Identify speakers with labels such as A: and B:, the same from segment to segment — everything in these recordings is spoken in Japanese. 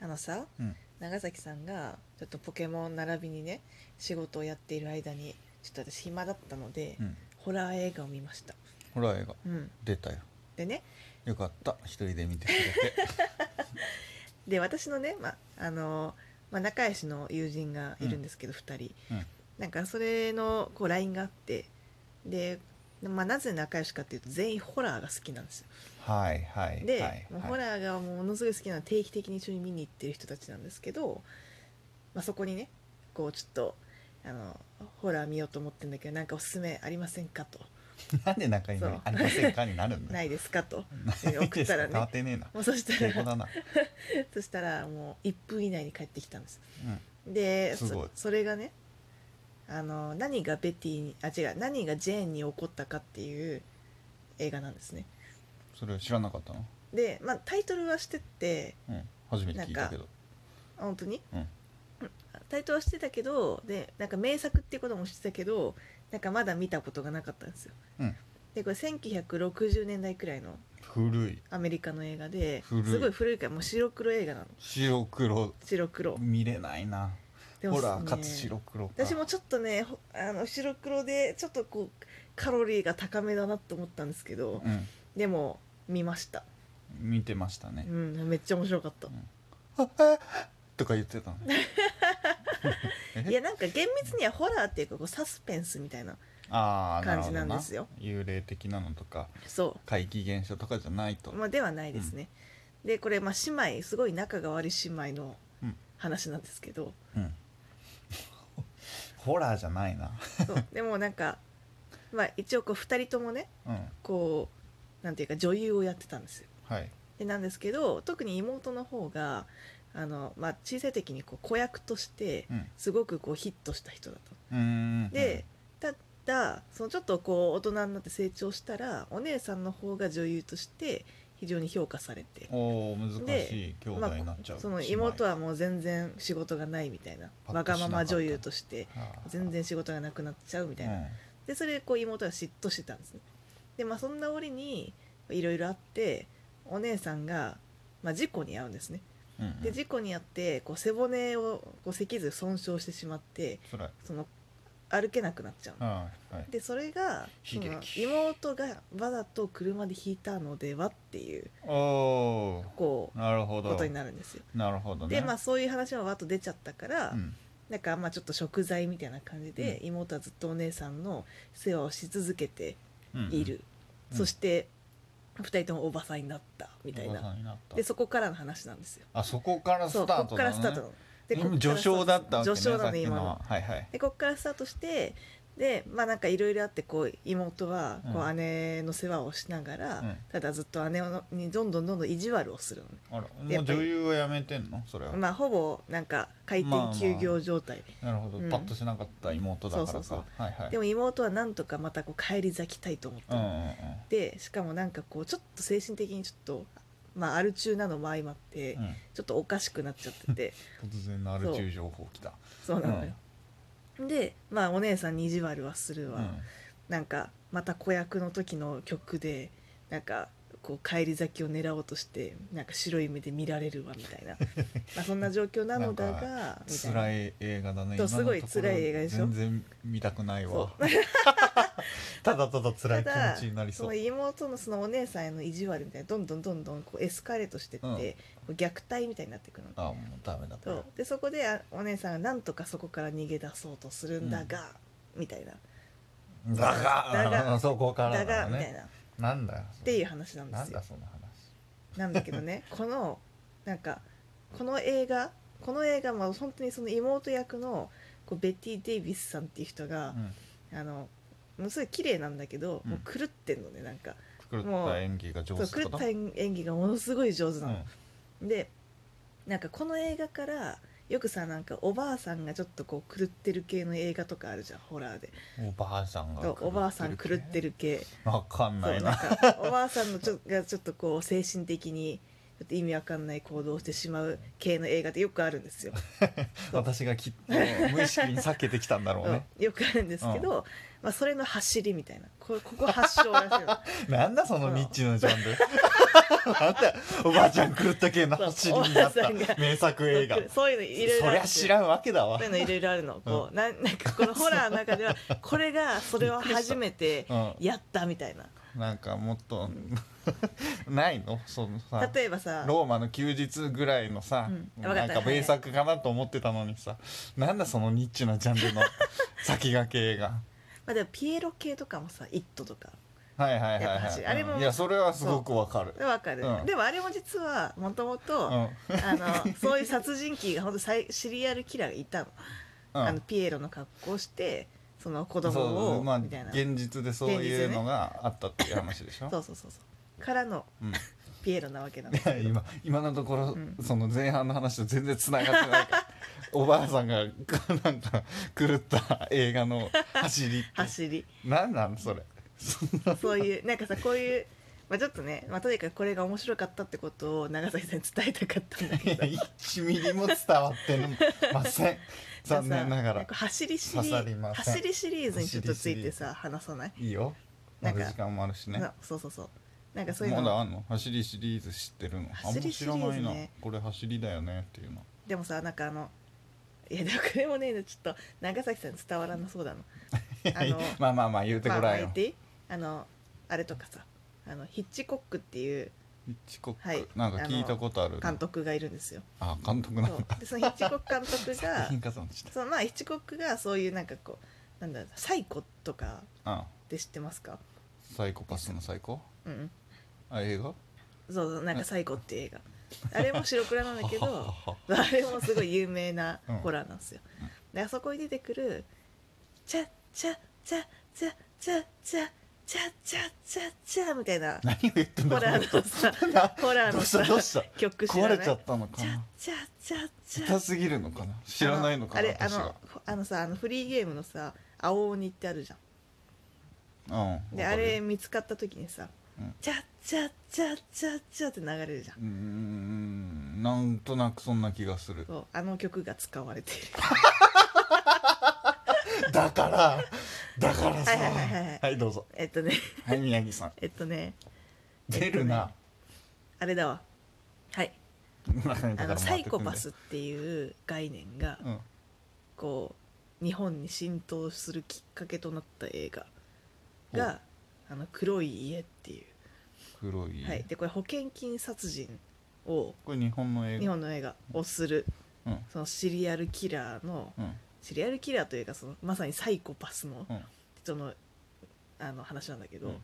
A: あのさ
B: うん
A: 長崎さんがちょっとポケモン並びにね仕事をやっている間にちょっと私暇だったので、
B: うん
A: ホラー映画を見ました、
B: ホラー映画
A: うん、
B: 出たよ
A: でね
B: よかった一人で見てく れて
A: で私のね、まああのまあ、仲良しの友人がいるんですけど、二2人
B: うん
A: なんかそれのこう LINE があってで、まあ、なぜ仲良しかっていうと全員ホラーが好きなんですよ
B: はいはい
A: で、
B: はい
A: もう
B: はい
A: ホラーがもうものすごい好きなので定期的に一緒に見に行ってる人たちなんですけど、まあ、そこにねこうちょっとあのホラー見ようと思ってるんだけどなんかおすすめありませんかと
B: なんで仲いい
A: そ
B: の
A: う
B: ありませんかになるんだ
A: ないですかと
B: ない
A: 送
B: で
A: っ
B: す
A: た
B: から
A: ね
B: 変わってねえな
A: もうそした
B: 敬語
A: ら
B: だな、
A: そしたらもう1分以内に帰ってきたんです
B: うん、
A: です
B: ごい
A: そそれがねあの何がベティにあ違う何がジェーンに起こったかっていう映画なんですね
B: それ知らなかったの
A: で、まあ、タイトルはしてって
B: うん初めて聞いたけど
A: あ本当に、
B: うん
A: タイトルはしてたけどでなんか名作っていうこともしてたけどなんかまだ見たことがなかったんですよ、
B: うん
A: でこれ1960年代くらいの
B: 古い
A: アメリカの映画で
B: 古い
A: すごい古いからもう白黒映画なの
B: 白黒
A: 白黒
B: 見れないな
A: で
B: ホ
A: そ
B: ラ
A: う
B: ー
A: ね
B: かつ白黒か
A: 私もちょっとねほあの白黒でちょっとこうカロリーが高めだなと思ったんですけど、
B: うん
A: でも見ました、
B: 見てました
A: う
B: ね、
A: ん、めっちゃ面白かった、
B: あえとか言ってたのえ
A: いやなんか厳密にはホラーっていうかこうサスペンスみたいな
B: ああ
A: 感じなんですよ
B: 幽霊的なのとか
A: そ
B: 怪奇現象とかじゃないと
A: う、まあ、ではないですね、でこれまあ姉妹すごい仲が悪い姉妹の
B: うん
A: 話なんですけど、
B: うん、ホラーじゃないな、
A: そうでもなんか、まあ、一応こう2人ともね
B: うん、
A: こうなんていうか女優をやってたんですよ
B: はい
A: でなんですけど特に妹の方があの、まあ、小さい時にこう子役として
B: うん
A: すごくこうヒットした人だと。
B: うーん
A: で、ただそのちょっとこう大人になって成長したらお姉さんの方が女優として非常に評価されて、
B: おお難しい兄弟になっちゃう、
A: その妹
B: は
A: はもう全然仕事がないみたいな
B: パッ
A: わ
B: としな
A: が
B: かった
A: まま女優として
B: あー
A: 全然仕事がなくなっちゃうみたいな、
B: うん
A: でそれでこう妹は嫉妬してたんですねでまあそんな折にいろいろあってお姉さんが、まあ、事故に遭うんですね
B: うんうん、
A: で事故に遭ってこう背骨をこう脊髄損傷してしまって
B: それ
A: その歩けなくなっちゃうの
B: はいはい
A: でそれがそ
B: 悲劇
A: の妹がわざと車で引いたのではっていう
B: おお
A: こ
B: ーなるほ
A: う
B: ど
A: ことになるんですよ
B: なるほどね
A: でまあそういう話はわっと出ちゃったから、
B: うん、
A: なんかまあちょっと食材みたいな感じで、
B: う
A: 妹はずっとお姉さんの世話をし続けて
B: うん
A: いる、
B: うん
A: そして2人ともおばさんになったみたい
B: おば
A: な
B: さんになった
A: でそこからの話なんですよ
B: あそこから
A: そ
B: ス
A: う
B: タ
A: こ
B: ー
A: っ
B: ト
A: から
B: だ、ね、
A: スタートなのでこっから
B: 序章だったわけね
A: 序章なの
B: さっき
A: 今
B: の
A: の
B: ははいはい
A: でこっからスタートしてでまあなんかいろいろあってこう妹はこ
B: う
A: うん姉の世話をしながら、
B: うん
A: ただずっと姉のにどんどんどんどん意地悪をするのね、
B: あら
A: やっ
B: もう
A: ぱり
B: 女優はやめてんのそれは、
A: まあほぼなんか回
B: まあま
A: 転
B: あ
A: 休業状態、
B: なるほど、
A: うん
B: パッとしなかった妹だからか
A: そうそう
B: はいはい
A: でも妹はなんとかまたこう帰り咲きたいと思った
B: うんう
A: の、
B: んうん
A: でしかもなんかこうちょっと精神的にちょっとまあアル中なのも相まって、
B: うん
A: ちょっとおかしくなっちゃって て
B: 突然のある中情報来た
A: そうなのよ、でまあお姉さんに意地悪はするわ、なんかまた子役の時の曲でなんかこう帰り咲きを狙おうとしてなんか白い目で見られるわみたい なまあそんな状況なのだがみたいな
B: 辛い映画だ
A: そう
B: ね今のところ
A: すごい辛い映画でしょ
B: 全然見たくないわ
A: そ
B: ただただ辛い気
A: ただ
B: 持ちになり
A: そ
B: そ
A: の
B: う
A: 妹のそのお姉さんへの意地悪みたいなどんどんどんどんこうエスカレートしてって、
B: うん
A: こう虐待みたいになっていくの。
B: あもうダメだこれ
A: そうでそこであお姉さんがなんとかそこから逃げ出そうとするんだが、みたいな
B: だが
A: だが
B: あそこか
A: だ,、
B: ら
A: が
B: だ
A: みたい
B: ね
A: なっ
B: なんだよって
A: いう話なんで
B: なん
A: すよ
B: だ。その話
A: なんだけどねこのなんかこの映画この映画も本当にその妹役のこうベティ・デイビスさんっていう人が
B: う、ん
A: あのものすごい綺麗なんだけど、
B: うん
A: もう狂ってんのねなんか
B: 狂った演技が上手
A: そう
B: って
A: 狂
B: こ
A: っ
B: と
A: た演技がものすごい上手な
B: う
A: の。でなんかこの映画からよくさなんかおばあさんがちょっとこう狂ってる系の映画とかあるじゃんホラーで
B: んおばあさんが
A: そうおばあさん狂って
B: る
A: る系
B: わかん
A: そ
B: な
A: うな
B: い
A: ん
B: な
A: かおばあさんのちょがちょっとこう精神的にょっと意味わかんない行動をしてしまう系の映画ってよくあるんですよ。そう
B: 私がきっと無意識に避けてきたんだろうね
A: うんよくあるんですけど、まあ、それの走りみたいなこここ発祥らしい の
B: なんだそのニッチなジ ャンルなんだおばあちゃん狂った系の走りになっ
A: そうおばあさ
B: た
A: んが
B: 名作映画
A: そういうのいろいろ
B: そ
A: あ
B: り
A: る
B: ゃ知らんわけだわ
A: そういうのいろいろあるのこうなんなんかこのホラーの中ではこれがそれを初めて
B: う
A: やったみたいな。
B: ん、なんかもっと ないのそのさ
A: 例えばさ
B: ローマの休日ぐらいのさ、
A: うんわか
B: な
A: っ
B: ん
A: た
B: か名作かなと思ってたのにさ、なんだそのニッチなジャンル の先駆け映画
A: まあ、でもピエロ系とかもさ「イット!」とか
B: はいはい
A: や
B: はい
A: っぱ
B: は
A: 走
B: い
A: るあれも
B: うんいやそれはすごくわかる
A: わかる、
B: うん
A: でもあれも実はもともと
B: うん、うん
A: そういう殺人鬼が本当さいシリアルキラーがいたの,、あのピエロの格好をしてその子供
B: そう
A: を、
B: まあ
A: みたいな
B: 現実でそういうのがあったっていう話 でしょ、
A: そうそうそうそうからの
B: うん
A: ピエロなわけなの
B: いや 今今のところ、
A: ん
B: その前半の話と全然つながってないから おばあさんがなんか狂った映画の走りって
A: 走り
B: 何なの それ
A: そういうなんかさこういう、まあ、ちょっとね、まあ、とにかくこれが面白かったってことを長崎さんに伝えたかったんだけど
B: 1ミリも伝わってま せん残念なが
A: さ
B: ら
A: んか走りシリ
B: 刺さりません
A: 走りシリーズにちょっとついてさ話さない、
B: いいよ
A: な
B: ま
A: んか
B: だ時間もあるしね
A: なそうそうそうなんかそういう
B: ま
A: の
B: だあんの走りシリーズ知ってるのあん
A: 走
B: ま
A: りシ
B: 知
A: リー
B: ら
A: ズね
B: ないなこれ走りだよねっていうの
A: でもさなんかあのいやでもこれもねちょっと長崎さんに伝わらなそうだなあの
B: まあまあまあ言うて
A: まあ
B: ご
A: まあ
B: らん
A: 言
B: よ
A: っていいあのあれとかさあのヒッチコックっていう
B: ヒッチコック、
A: はい
B: なんか聞いたことある
A: 監督がいるんですよ
B: あ監 督な
A: そ
B: んだ
A: うでそのヒッチコック監督 が
B: 作品化さんした
A: そのまあヒッチコックがそういうなんかこうなんだろうサイコとか
B: あ
A: って知ってますか
B: サイコパスのサイコ
A: うんうん
B: あ映画
A: そうそうなんか「サイコ」っていう映画あれも白黒なんだけ
B: はは
A: ど
B: は
A: あれもすごい有名な
B: うん
A: ホラーなんですよ、
B: うん
A: であそこに出てくる「チャチャチャチャチャチャチャチャチャチャ」みたい な
B: 何を言ってん
A: ホ
B: だ
A: ラ
B: この
A: ー
B: 人
A: のさ
B: な
A: ホラー
B: ど
A: の
B: うし
A: さ
B: たどうした
A: 曲知ら
B: 壊
A: な
B: れ
A: い
B: ちゃったのか
A: チャ
B: な
A: チャチャチ
B: 下
A: ャ
B: すぎるのかな知らないのかな
A: あ
B: 私
A: のあれあ
B: が
A: のあのさあのフリーゲームのさ「青鬼」ってあるじゃん
B: うん
A: で
B: わ
A: あ
B: かる
A: れ見つかった時にさ
B: うん
A: 「チャチャチャチャチャ」って流れるじゃん
B: うーんなんとなくそんな気がする
A: そうあの曲が使われている
B: だからだからさ
A: はいはいはいはい
B: はいどうぞ
A: えっとね
B: はい宮城さん
A: えっとね
B: 出るな
A: あれだわはい
B: だから
A: あの
B: 回ってくんだよ
A: サイコパスっていう概念が
B: うん
A: こう日本に浸透するきっかけとなった映画が「あの黒い家」ってい、
B: 黒いう
A: はい、でこれ保険金殺人を
B: これ日本の映画
A: 日本の映画をする
B: うん
A: そのシリアルキラーの
B: うん
A: シリアルキラーというかそのまさにサイコパスの
B: うん
A: 人のあの話なんだけど、
B: うん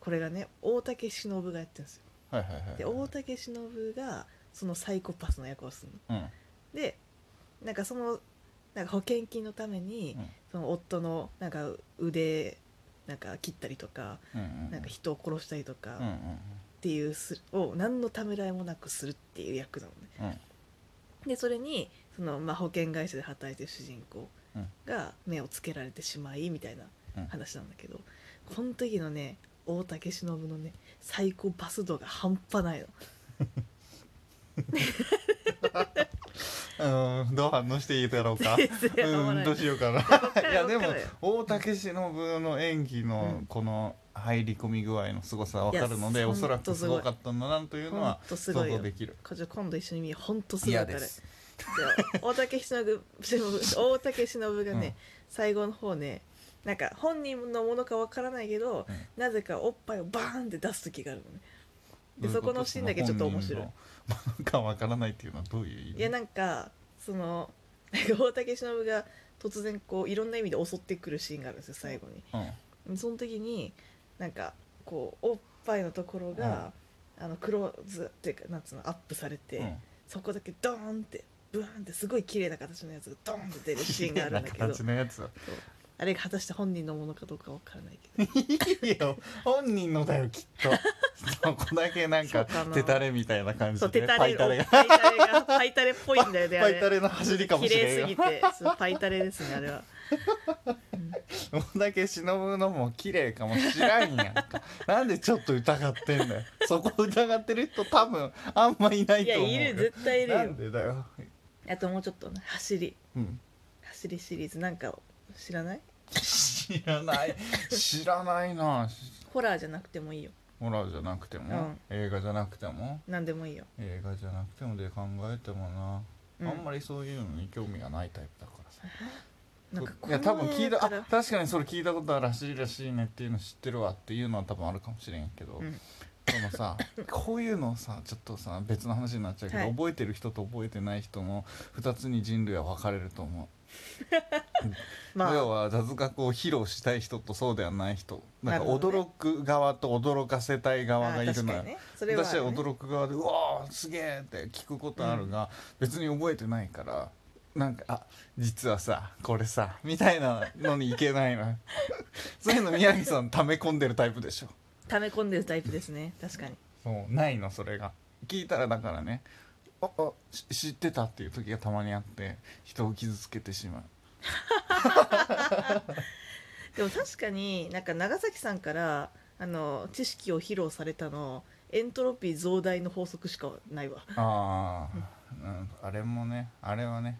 A: これがね大竹しのぶがやってるんですよ。
B: はいはいはい
A: で大竹しのぶがそのサイコパスの役をするの。
B: うん
A: でなんかそのなんか保険金のために、
B: うん
A: その夫のなんか腕なんか切ったりとか,、
B: うんうん
A: なんか人を殺したりとか
B: うんう
A: っ
B: ん
A: ていうす、を何のためらいもなくするっていう役なのね。
B: うん
A: でそれにその、まあ、保険会社で働いてる主人公
B: うん
A: が目をつけられてしまいみたいな
B: うん
A: 話なんだけど、この時のね大竹しのぶのねサイコパス度が半端ないの。
B: うん、どう反応していいだろうか。
A: 全然合わ
B: う
A: ない
B: ん、どうしようか
A: こっか
B: な。
A: ら
B: いや、でも
A: こっからよ、
B: 大竹しのぶの演技の
A: うん、
B: この入り込み具合の凄さわかるの
A: い
B: で、
A: や
B: おそら
A: ほんと
B: く
A: す
B: す
A: ごい
B: ごかったんだなというの
A: 本
B: は。
A: 当す
B: 想
A: ごい
B: 像
A: よ。
B: できる。
A: こちら今度一緒に見よう本当すごい
B: 嫌
A: から
B: で。
A: です大竹しの ぶ大竹しのぶがね、
B: うん
A: 最後の方ねなんか本人のものかわからないけど、
B: うん
A: なぜかおっぱいをバーンって出す時があるのねで
B: どういう
A: そこのシーンだけちょっと面白い
B: その本人のなんかわからないっていうのはどういう意味。
A: いやなんかそのなんか大竹しのぶが突然こういろんな意味で襲ってくるシーンがあるんですよ最後に
B: うん、
A: その時になんかこうおっぱいのところが、あのクローズっていうかなんつうのアップされて、
B: うん
A: そこだけドーンってブーンってすごい綺麗な形のやつがドーンって出るシーンがあるんだけ
B: 綺麗な
A: ど
B: 形のやつ。
A: そうあれが果たして本人のものかどうかわからないけど
B: いいよ、本人のだよ、きっと。そこだけなんか
A: そうか、な
B: 手たれみたいな感
A: そう
B: じ
A: 手
B: で。
A: た
B: パ
A: れ
B: イタレが。
A: パイタレがパイタレっぽいんだよねあ
B: パ
A: れ
B: イタレの走りかもし
A: 綺
B: れ
A: 麗す
B: ん
A: ぎ
B: よ。
A: てそうパイタレですねあれは、うん
B: どんだけ忍のも綺麗かもしらんやんか なんでちょっと疑ってんだよそこ疑ってる人多分あんまい ない
A: いや
B: と思うよ
A: いる絶対いる
B: な
A: よ
B: んでだよ、
A: あともうちょっとね走り
B: うん、
A: 走りシリーズなんか知らない
B: 知らない知らないな
A: ホラーじゃなくてもいいよ
B: ホラーじゃなくても、
A: うん
B: 映画じゃなくても
A: 何でもいいよ、
B: 映画じゃなくてもで考えてもな、
A: うん、
B: あんまりそういうのに興味がないタイプだからさ
A: なんか
B: いや多分聞いた
A: こ
B: あ
A: の映画から
B: 確かにそれ聞いたことあるらしいらしいねっていうの知ってるわっていうのは多分あるかもしれんけど、
A: うん
B: で もさこういうのをさちょっとさ別の話になっちゃうけど、
A: はい
B: 覚えてる人と覚えてない人の2つに人類は分かれると思う、
A: まあ
B: 要は雑学を披露したい人とそうではない人なんか
A: なるほどね
B: 驚く側と驚かせたい側がい
A: あ
B: る
A: 確
B: の
A: か
B: よ
A: にねそれはあ
B: 私
A: る
B: は
A: ね、
B: 驚く側で「うわーすげえ!」って聞くことあるが、別に覚えてないからなんか「あ実はさこれさ」みたいなのにいけないな そういうの宮城さん溜め込んでるタイプでしょ
A: 溜め込んでるタイプですね確かに
B: そうないのそれが聞いたらだからね「ああし知ってた」っていう時がたまにあって人を傷つけてしまう
A: でも確かになんか長崎さんからあの知識を披露されたのエントロピー増大の法則しかないわ
B: ああ、うん、あれもねあれはね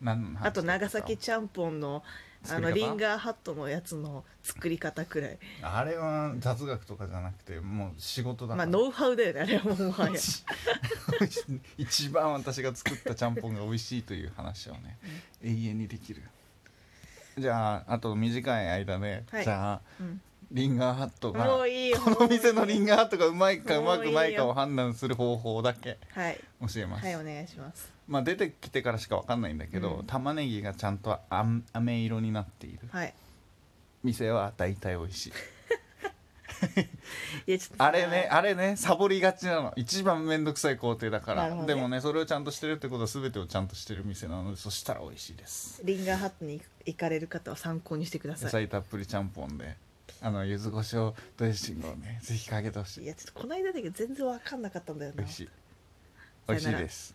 B: なんの話だ
A: あ
B: っけ
A: と長崎ちゃんぽんのあ
B: 作
A: の
B: り
A: リ
B: 方
A: ンガーハットのやつの作り方くらい
B: あれは雑学とかじゃなくてもう仕事だ
A: ま
B: か
A: あ
B: ら、
A: ノウハウだよねあれはもうもはや
B: 一番私が作ったちゃんぽんが美味しいという話をね永遠にできるじゃああと短い間で、
A: はい
B: じゃあ
A: うん
B: リンガーハットが
A: もういいよ
B: この店のリンガーハットがうまいかう
A: も
B: ま
A: ういいよ
B: くないかを判断する方法だけ
A: はい
B: 教えます、
A: はいお願いします
B: まあ出てきてからしかわかんないんだけど、
A: うん
B: 玉ねぎがちゃんとあん飴色になっている
A: はい
B: 店は大体美味 しい
A: いやちょっと
B: あれねあれねサボりがちなの一番面倒くさい工程だか
A: な
B: ら、
A: るほどね
B: でもねそれをちゃんとしてるってことは全てをちゃんとしてる店なのでそしたら美味しいです
A: リンガーハットに行かれる方は参考にしてくだ
B: 野
A: さい
B: 菜たっぷりちゃんぽんであの柚子胡椒ドレッシングをねぜひかけてほし
A: い
B: い
A: やちょっとこの間だけど全然わかんなかったんだよな
B: 美味しい美味しいです